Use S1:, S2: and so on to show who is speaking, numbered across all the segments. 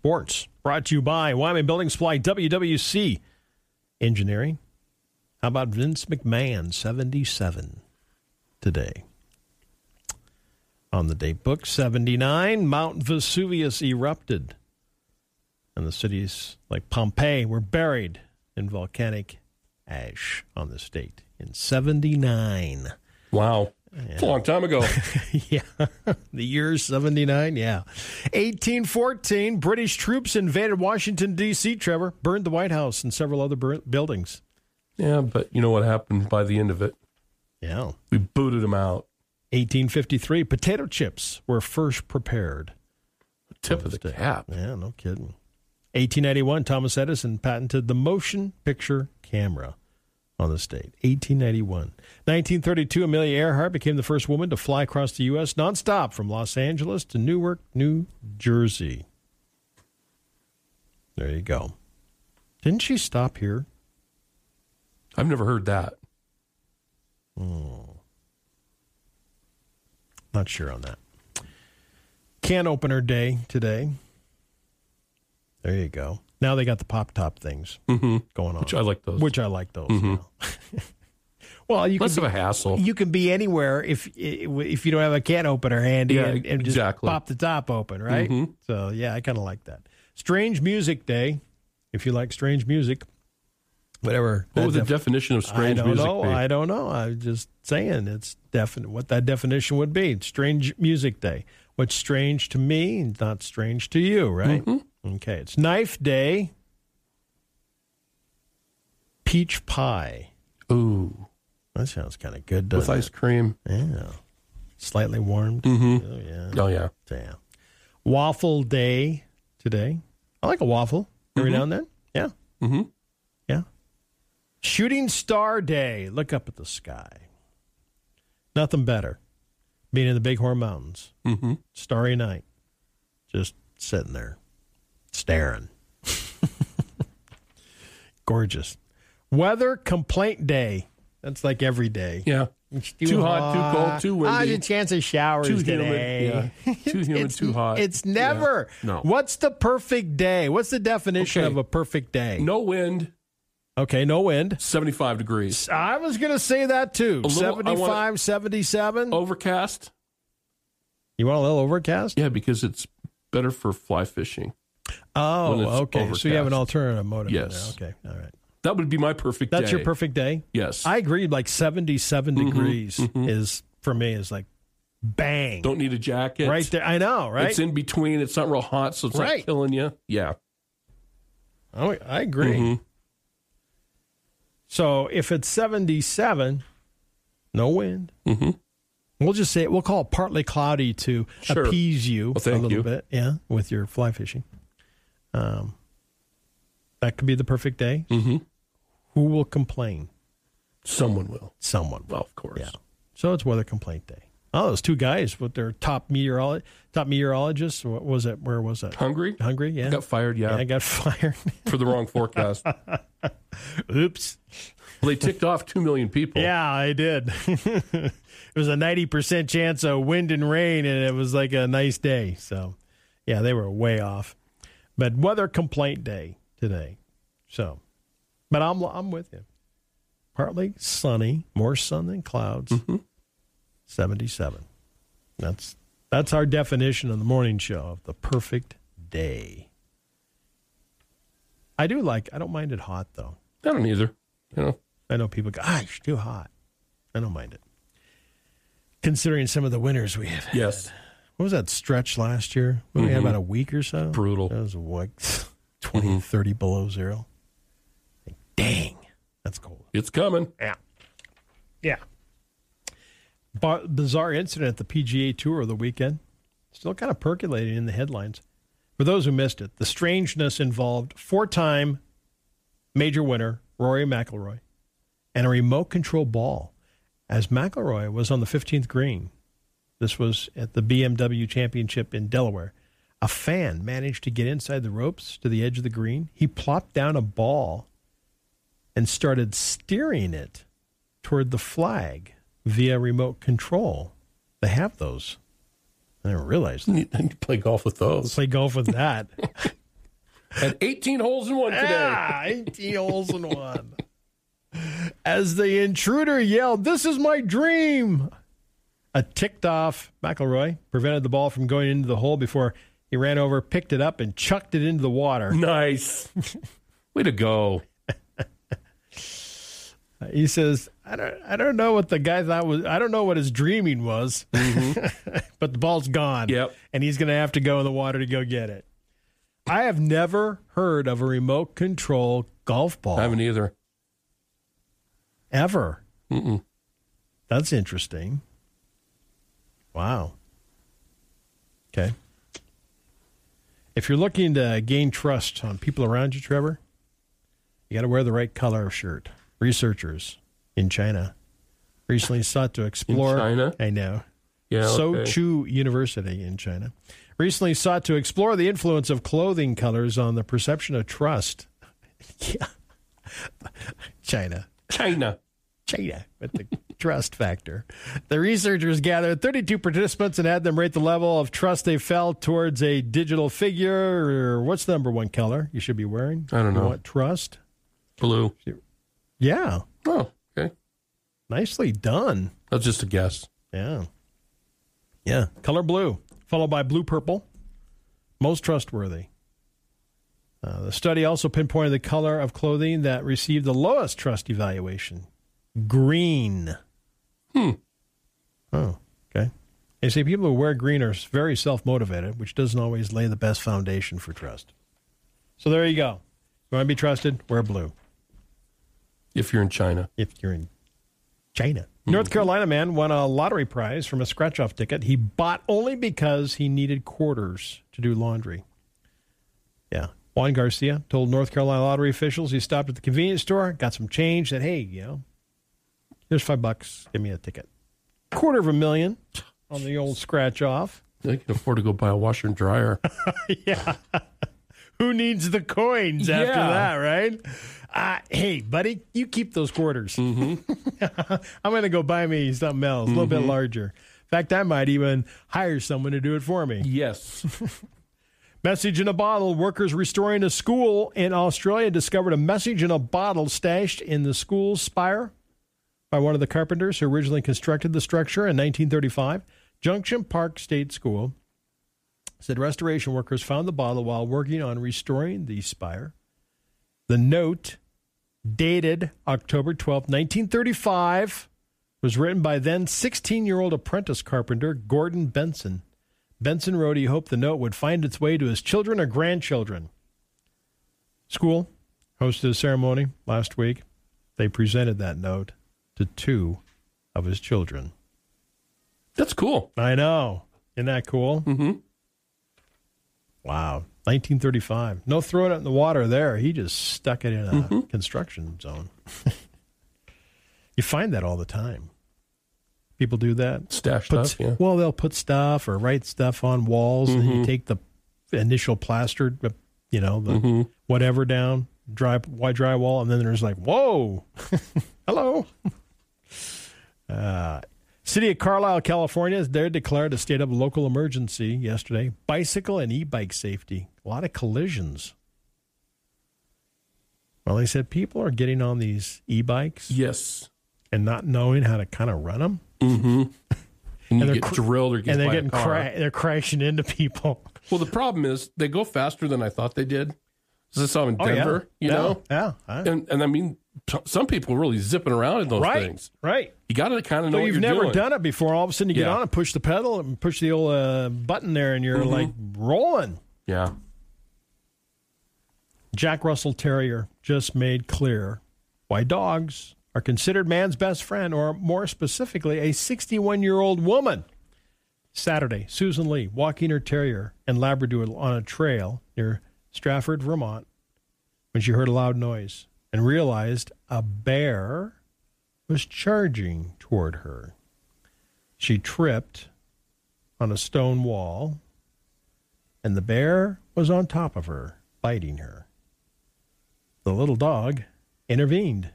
S1: Sports, brought to you by Wyman Building Supply, WWC Engineering. How about Vince McMahon, 77 today? On the date book, 79, Mount Vesuvius erupted. And the cities like Pompeii were buried in volcanic ash on this date in 79.
S2: Wow. It's a long time ago.
S1: yeah. the year 79. Yeah. 1814, British troops invaded Washington, D.C., Trevor, burned the White House and several other bur- buildings.
S2: yeah, but you know what happened by the end of it?
S1: Yeah.
S2: We booted them out.
S1: 1853, potato chips were first prepared.
S2: Tip of the cap.
S1: Yeah, no kidding. 1891, Thomas Edison patented the motion picture camera on this date. 1891. 1932, Amelia Earhart became the first woman to fly across the U.S. nonstop from Los Angeles to Newark, New Jersey. There you go. Didn't she stop here?
S2: I've never heard that.
S1: Not sure on that. Can opener day today. There you go. Now they got the pop top things
S2: Mm-hmm.
S1: going on.
S2: Which I like those.
S1: which I like those.
S2: Mhm.
S1: now. well, you can
S2: Less
S1: be,
S2: of a hassle.
S1: you can be anywhere if if you don't have a can opener handy
S2: Yeah,
S1: and, and just
S2: exactly.
S1: pop the top open, right?
S2: Mhm.
S1: So yeah, I kind of like that. Strange Music Day, if you like strange music, whatever.
S2: What
S1: that
S2: would the
S1: def-
S2: definition of
S1: I
S2: strange
S1: don't
S2: music
S1: know.
S2: be?
S1: I don't know. I'm just saying it's definite what that definition would be. Strange Music Day. What's strange to me, is not strange to you, right?
S2: Mm-hmm.
S1: Okay. It's Knife Day. Peach pie.
S2: Ooh,
S1: That sounds kind of good,
S2: with
S1: doesn't
S2: ice cream.
S1: it? Yeah. Slightly warmed.
S2: Mm-hmm.
S1: Oh yeah.
S2: Oh yeah.
S1: Damn. Waffle day today. I like a waffle every now and then. Yeah.
S2: Mm-hmm.
S1: Yeah. Shooting star day. Look up at the sky. Nothing better. Being in the Bighorn Mountains.
S2: Mm-hmm.
S1: Starry night. Just sitting there. Staring. Gorgeous. Weather complaint day. That's like every day.
S2: Yeah.
S1: It's
S2: Too hot, too cold, too windy.
S1: Ah, the chance of showers
S2: Too humid,
S1: today.
S2: yeah. Too humid,
S1: it's,
S2: too hot.
S1: It's never.
S2: Yeah. No.
S1: What's the perfect day? What's the definition
S2: Okay.
S1: of a perfect day?
S2: No wind.
S1: Okay, no wind.
S2: Seventy-five degrees.
S1: I was going to say that too.
S2: little- I wanna-
S1: Seventy-five, seventy-seven. 75, 77.
S2: Overcast.
S1: You want a little overcast?
S2: Yeah, because it's better for fly fishing.
S1: Oh,
S2: When it's
S1: okay. So you have an
S2: overcast.
S1: alternative motive. in there.
S2: Yes.
S1: Okay, all right.
S2: That would be my perfect
S1: That's
S2: day. Mm-hmm.
S1: your perfect day?
S2: Yes.
S1: I agreed. Like 77 degrees is, for me, is like bang.
S2: don't need a jacket.
S1: right there. I know, right?
S2: It's in between. It's not real hot, so it's
S1: Right.
S2: not killing you. Yeah.
S1: Oh, I agree.
S2: Mhm.
S1: So if it's 77, no wind.
S2: Mm-hmm.
S1: We'll just say we'll call it partly cloudy to
S2: Sure.
S1: appease you
S2: Well,
S1: a
S2: thank
S1: little
S2: you.
S1: bit, yeah, with your fly fishing. Um, that could be the perfect day.
S2: Mm-hmm.
S1: Who will complain?
S2: Someone will.
S1: Someone. will.
S2: Well, of course.
S1: Yeah. So it's weather complaint day. Oh, those two guys with their top meteorolo- top meteorologists. What was it? Where was it?
S2: Hungry?
S1: Hungry? Yeah.
S2: Got fired. Yeah.
S1: yeah, I got fired.
S2: for the wrong forecast. Well,
S1: Oops.
S2: they ticked off two million people.
S1: Yeah, I did. it was a 90% chance of wind and rain, and it was like a nice day. So, yeah, they were way off. But weather complaint day today. So, but I'm, I'm with you. Partly sunny, more sun than clouds. 77. That's, that's our definition on the morning show of the perfect day. I do like, I don't mind it hot though.
S2: I don't either. You know.
S1: I know people go, ah, it's too hot. I don't mind it. Considering some of the winters we have.
S2: Yes.
S1: What was that stretch last year? What did We had about a week or so.
S2: Brutal.
S1: That was a week, 20, 30 below zero. Like, dang, that's cold.
S2: It's coming.
S1: Yeah. Yeah. Bar- bizarre incident at the PGA Tour of the weekend. Still kind of percolating in the headlines. For those who missed it, the strangeness involved four time major winner Rory McIlroy and a remote control ball as McIlroy was on the 15th green. This was at the BMW Championship in Delaware. A fan managed to get inside the ropes to the edge of the green. He plopped down a ball and started steering it toward the flag via remote control. They have those. I didn't realize that.
S2: I need to play golf with
S1: Let's
S2: those.
S1: play golf with that.
S2: Had 18 holes in one today.
S1: Ah, 18 holes in one. As the intruder yelled, This is my dream. A ticked off McElroy prevented the ball from going into the hole before he ran over, picked it up, and chucked it into the water.
S2: Nice. Way to go.
S1: Uh, He says, I don't, I don't know what the guy thought was, I don't know what his dreaming was, but the ball's gone.
S2: Yep.
S1: And he's going to have to go in the water to go get it. I have never heard of a remote control golf ball.
S2: I haven't either.
S1: ever. That's interesting. Wow. Okay. If you're looking to gain trust on people around you, Trevor, you got to wear the right color of shirt. Researchers in China recently sought to explore.
S2: China?
S1: I know.
S2: Yeah. okay.
S1: Sochu University in China recently sought to explore the influence of clothing colors on the perception of trust. yeah. China.
S2: China.
S1: China with the trust factor. The researchers gathered 32 participants and had them rate the level of trust they felt towards a digital figure. Or what's the number one color you should be wearing?
S2: I don't
S1: You
S2: know.
S1: want trust?
S2: Blue.
S1: Yeah,
S2: Oh, okay.
S1: nicely done.
S2: That's just a guess.
S1: Yeah. Yeah. Color blue, followed by blue purple. Most trustworthy. Uh, the study also pinpointed the color of clothing that received the lowest trust evaluation green. Hmm. Oh, okay. They say people who wear green are very self motivated, which doesn't always lay the best foundation for trust. So there you go. You want to be trusted? Wear blue
S2: If you're in China.
S1: if you're in China. North Carolina man won a lottery prize from a scratch off ticket he bought only because he needed quarters to do laundry. Yeah. Juan Garcia told North Carolina lottery officials he stopped at the convenience store, got some change, said, hey, you know, here's five bucks. Give me a ticket. Quarter of a million on the old scratch off.
S2: They can afford to go buy a washer and dryer.
S1: Who needs the coins after
S2: Yeah.
S1: that, right? Uh, hey, buddy, you keep those quarters. I'm going to go buy me something else, a little bit larger. In fact, I might even hire someone to do it for me.
S2: yes.
S1: Message in a bottle. Workers restoring a school in Australia discovered a message in a bottle stashed in the school's spire by one of the carpenters who originally constructed the structure in 1935. Junction Park State School said restoration workers found the bottle while working on restoring the spire. The note, dated October 12, 1935, was written by then 16 year old apprentice carpenter Gordon Benson. Benson wrote he hoped the note would find its way to his children or grandchildren. School hosted a ceremony last week. They presented that note to two of his children.
S2: That's cool.
S1: I know. Isn't that cool? Mm-hmm. Wow. 1935. No throwing it in the water there. He just stuck it in a construction zone. you find that all the time. People do that
S2: Stashed
S1: put,
S2: up. Yeah.
S1: well they'll put stuff or write stuff on walls and then you take the initial plaster uh, you know the whatever down dry why drywall and then there's like whoa hello uh, city of carlisle california they declared a state of local emergency yesterday bicycle and e-bike safety a lot of collisions well they said people are getting on these e-bikes
S2: Yes.
S1: and not knowing how to kind of run them
S2: And, you
S1: they're
S2: get
S1: cr-
S2: drilled or get
S1: and they're
S2: by a
S1: getting
S2: car.
S1: cra- they're crashing into people.
S2: Well, the problem is they go faster than I thought they did. 'Cause I saw them in Denver, you
S1: Oh,
S2: know?
S1: yeah, I-
S2: And, and I mean, t- some people are really zipping around in those
S1: right,
S2: things.
S1: right.
S2: You got to kind of know
S1: So
S2: what
S1: you've
S2: you're
S1: never
S2: doing.
S1: done it before. All of a sudden, you get
S2: Yeah. Mm-hmm.
S1: on and push the pedal and push the old uh, button there, and you're like rolling.
S2: Yeah.
S1: Jack Russell Terrier just made clear why dogs are considered man's best friend, or more specifically, a 61 year old woman. Saturday, Susan Lee walking her terrier and Labrador on a trail near Stratford, Vermont, when she heard a loud noise and realized a bear was charging toward her. She tripped on a stone wall, and the bear was on top of her, biting her. The little dog intervened.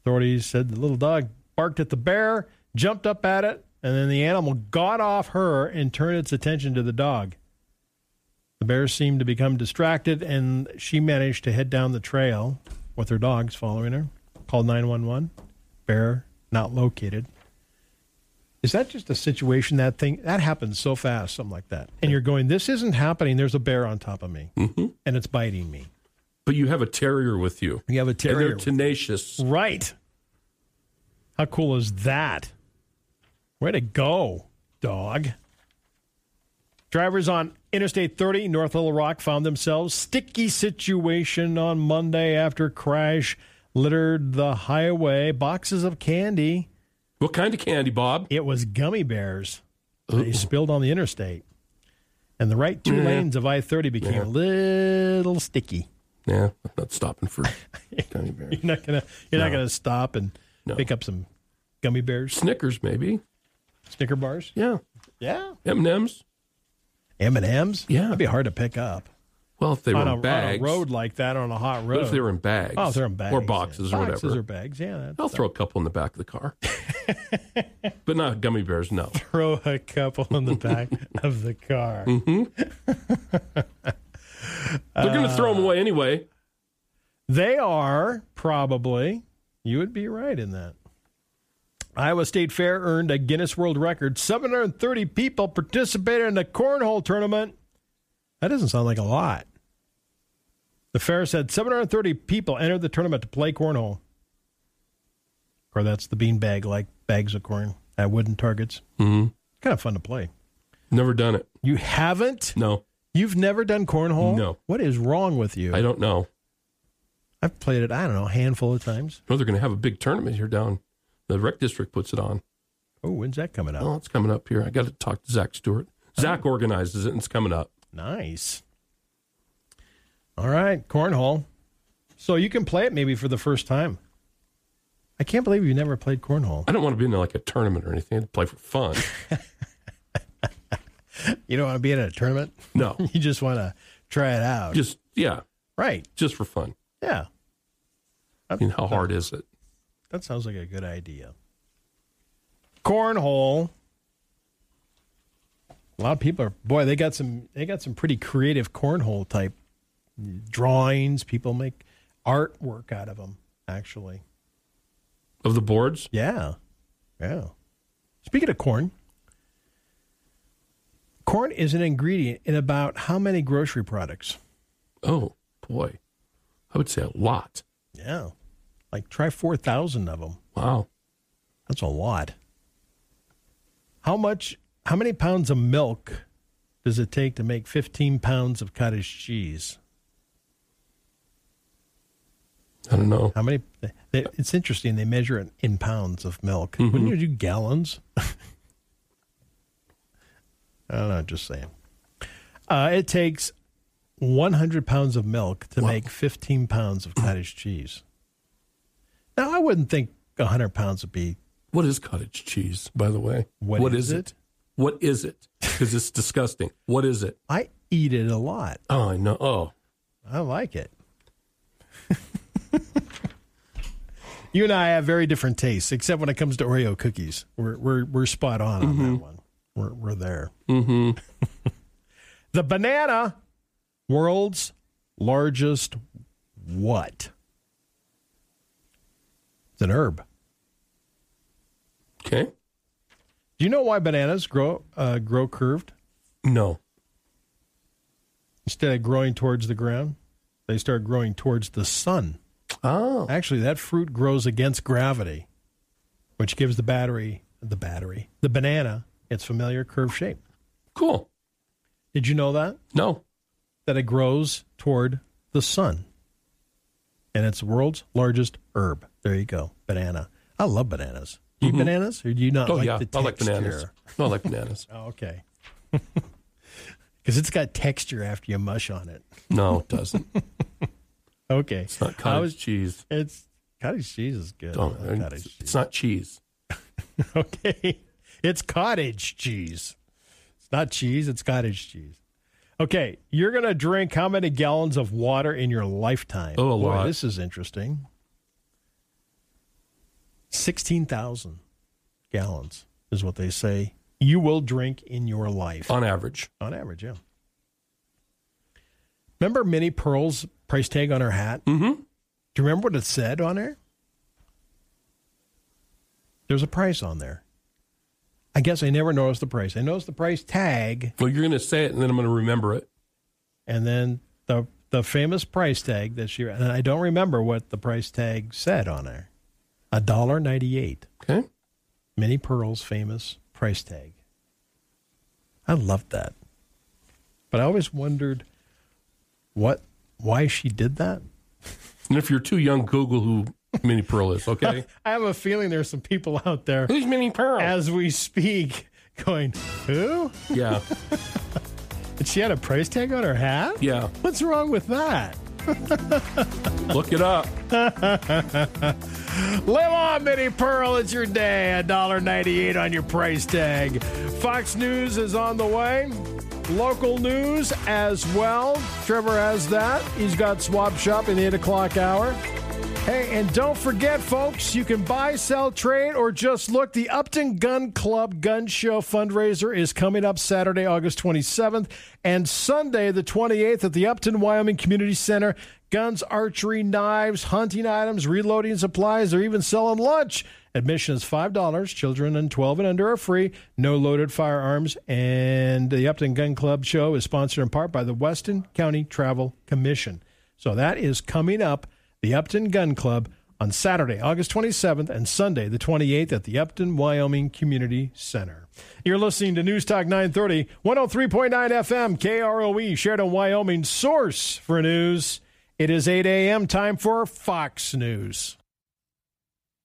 S1: Authorities said the little dog barked at the bear, jumped up at it, and then the animal got off her and turned its attention to the dog. The bears seemed to become distracted, and she managed to head down the trail with her dogs following her. Called 911. Bear not located. Is that just a situation? That thing that happens so fast, something like that, and you're going, "This isn't happening." There's a bear on top of me, and it's biting me.
S2: But you have a terrier with you.
S1: You have a
S2: And
S1: terrier,
S2: they're tenacious.
S1: right? How cool is that? Way to go, dog! Drivers on Interstate 30 North Little Rock found themselves sticky situation on Monday after crash littered the highway. Boxes of candy.
S2: What kind of candy, Bob?
S1: It was gummy bears that he spilled on the interstate. And the right two lanes of I 30 became a little sticky.
S2: Yeah, I'm not stopping for gummy bears.
S1: You're not gonna you're not
S2: No.
S1: gonna stop and pick up some gummy bears,
S2: Snickers, maybe.
S1: Snicker bars.
S2: Yeah.
S1: Yeah.
S2: M&M's.
S1: M and M's.
S2: Yeah.
S1: That'd be hard to pick up
S2: Well, if they
S1: on
S2: were
S1: a,
S2: in
S1: on a
S2: bags.
S1: road like that on a hot
S2: What if
S1: road.
S2: they were in bags?
S1: oh, if they're in bags
S2: Or
S1: yeah.
S2: boxes or
S1: Boxes
S2: whatever. Oh.
S1: or bags. Yeah. that's-
S2: I'll throw a couple in the back of the car. but not gummy bears, no.
S1: throw a couple in the back of the car.
S2: They're going to throw
S1: Uh,
S2: them away anyway.
S1: They are probably. You would be right in that. Iowa State Fair earned a Guinness World Record. 730 people participated in the cornhole tournament. That doesn't sound like a lot. The fair said 730 people entered the tournament to play cornhole. Or that's the beanbag, like bags of corn at wooden targets.
S2: Mhm.
S1: Kind of fun to play.
S2: Never done it.
S1: You haven't?
S2: No,
S1: You've never done cornhole?
S2: No.
S1: What is wrong with you?
S2: I don't know.
S1: I've played it, I don't know, a handful of times.
S2: No, they're going to have a big tournament here down. The rec district puts it on.
S1: Oh, when's that coming out?
S2: Oh, it's coming up here. I got to talk to Zach Stewart. Zach organizes it, and it's coming up.
S1: Nice. All right, cornhole. So you can play it maybe for the first time. I can't believe you never played cornhole.
S2: I don't want to be in like a tournament or anything. I'd play for fun.
S1: You don't want to be in a tournament.
S2: No,
S1: You just want to try it out.
S2: just yeah,
S1: right.
S2: just for fun.
S1: Yeah.
S2: I mean, how hard is it?
S1: That sounds like a good idea. Cornhole. A lot of people are boy, they got some they got some pretty creative cornhole type drawings. People make artwork out of them actually.
S2: Of the boards,
S1: Yeah. Yeah. Speaking of corn, corn is an ingredient in about how many grocery products?
S2: oh boy, I would say a lot.
S1: Yeah. Like try 4,000 of them.
S2: Wow,
S1: That's a lot. How much, how many pounds of milk does it take to make 15 pounds of cottage cheese?
S2: I don't know.
S1: How many? They, it's interesting. They measure it in pounds of milk. Wouldn't you do gallons? I don't know. Just saying. Uh, it takes 100 pounds of milk to make 15 pounds of cottage cheese. Now, I wouldn't think 100 pounds would be.
S2: What is cottage cheese, by the way?
S1: What is it?
S2: What is it? Because it's disgusting. What is it?
S1: I eat it a lot.
S2: Oh, I know. Oh,
S1: I like it. you and I have very different tastes, except when it comes to Oreo cookies. We're we're we're spot on on that one. We're we're there. Mm-hmm. the banana, world's largest what? It's an herb.
S2: okay.
S1: Do you know why bananas grow uh, grow curved
S2: No.
S1: instead of growing towards the ground? They start growing towards the sun.
S2: Oh,
S1: Actually, that fruit grows against gravity, which gives the battery, the battery, the banana its familiar curved shape.
S2: cool.
S1: Did you know that?
S2: No.
S1: That it grows toward the sun. And it's the world's largest herb. There you go, banana. I love bananas. Do you eat bananas or do you not
S2: Oh
S1: like
S2: yeah,
S1: the texture?
S2: I like bananas. No, I like bananas.
S1: Oh, okay. Because it's got texture after you mush on it.
S2: No, it doesn't.
S1: Okay.
S2: It's not
S1: I
S2: cottage
S1: was-
S2: cheese.
S1: it's cottage cheese is good.
S2: Don't-
S1: I love cottage
S2: it's,
S1: cheese.
S2: it's not cheese.
S1: Okay. It's cottage cheese. It's not cheese, it's cottage cheese. Okay, you're going to drink how many gallons of water in your lifetime?
S2: Oh, a
S1: Boy,
S2: lot.
S1: This is interesting. 16,000 gallons is what they say you will drink in your life
S2: On average,
S1: on average, yeah. Remember Minnie Pearl's price tag on her hat? Mm-hmm. Do you remember what it said on there? There's a price on there. I guess I never noticed the price. I noticed the price tag,
S2: Well, you're going to say it, and then I'm going to remember it.
S1: and then the the famous price tag that she. And I don't remember what the price tag said on there. A dollar ninety eight.
S2: Okay.
S1: Minnie Pearl's famous price tag. I loved that. But I always wondered what why she did that.
S2: And if you're too young, Google who Minnie Pearl is. Okay.
S1: I have a feeling there's some people out there
S2: Who's Minnie Pearl?
S1: as we speak going, Who?
S2: yeah.
S1: And she had a price tag on her hat?
S2: Yeah.
S1: What's wrong with that?
S2: Look it up.
S1: Live on, Minnie Pearl. It's your day. $1.98 on your price tag. Fox News is on the way. Local news as well. Trevor has that. He's got Swap Shop in the 8 o'clock hour. Hey, and don't forget, folks, you can buy, sell, trade, or just look. The Upton Gun Club Gun Show fundraiser is coming up Saturday, August 27th, and Sunday, the 28th, at the Upton, Wyoming Community Center. Guns, archery, knives, hunting items, reloading supplies, they're even selling lunch. Admission is $5. Children and 12 and under are free. No loaded firearms. And the Upton Gun Club Show is sponsored in part by the Weston County Travel Commission. So that is coming up the Upton Gun Club on Saturday, August 27th and Sunday, the 28th at the Upton, Wyoming Community Center. You're listening to News Talk 930, 103.9 FM, KROE, Sheridan, Wyoming, source for news. It is 8 a.m. time for Fox News.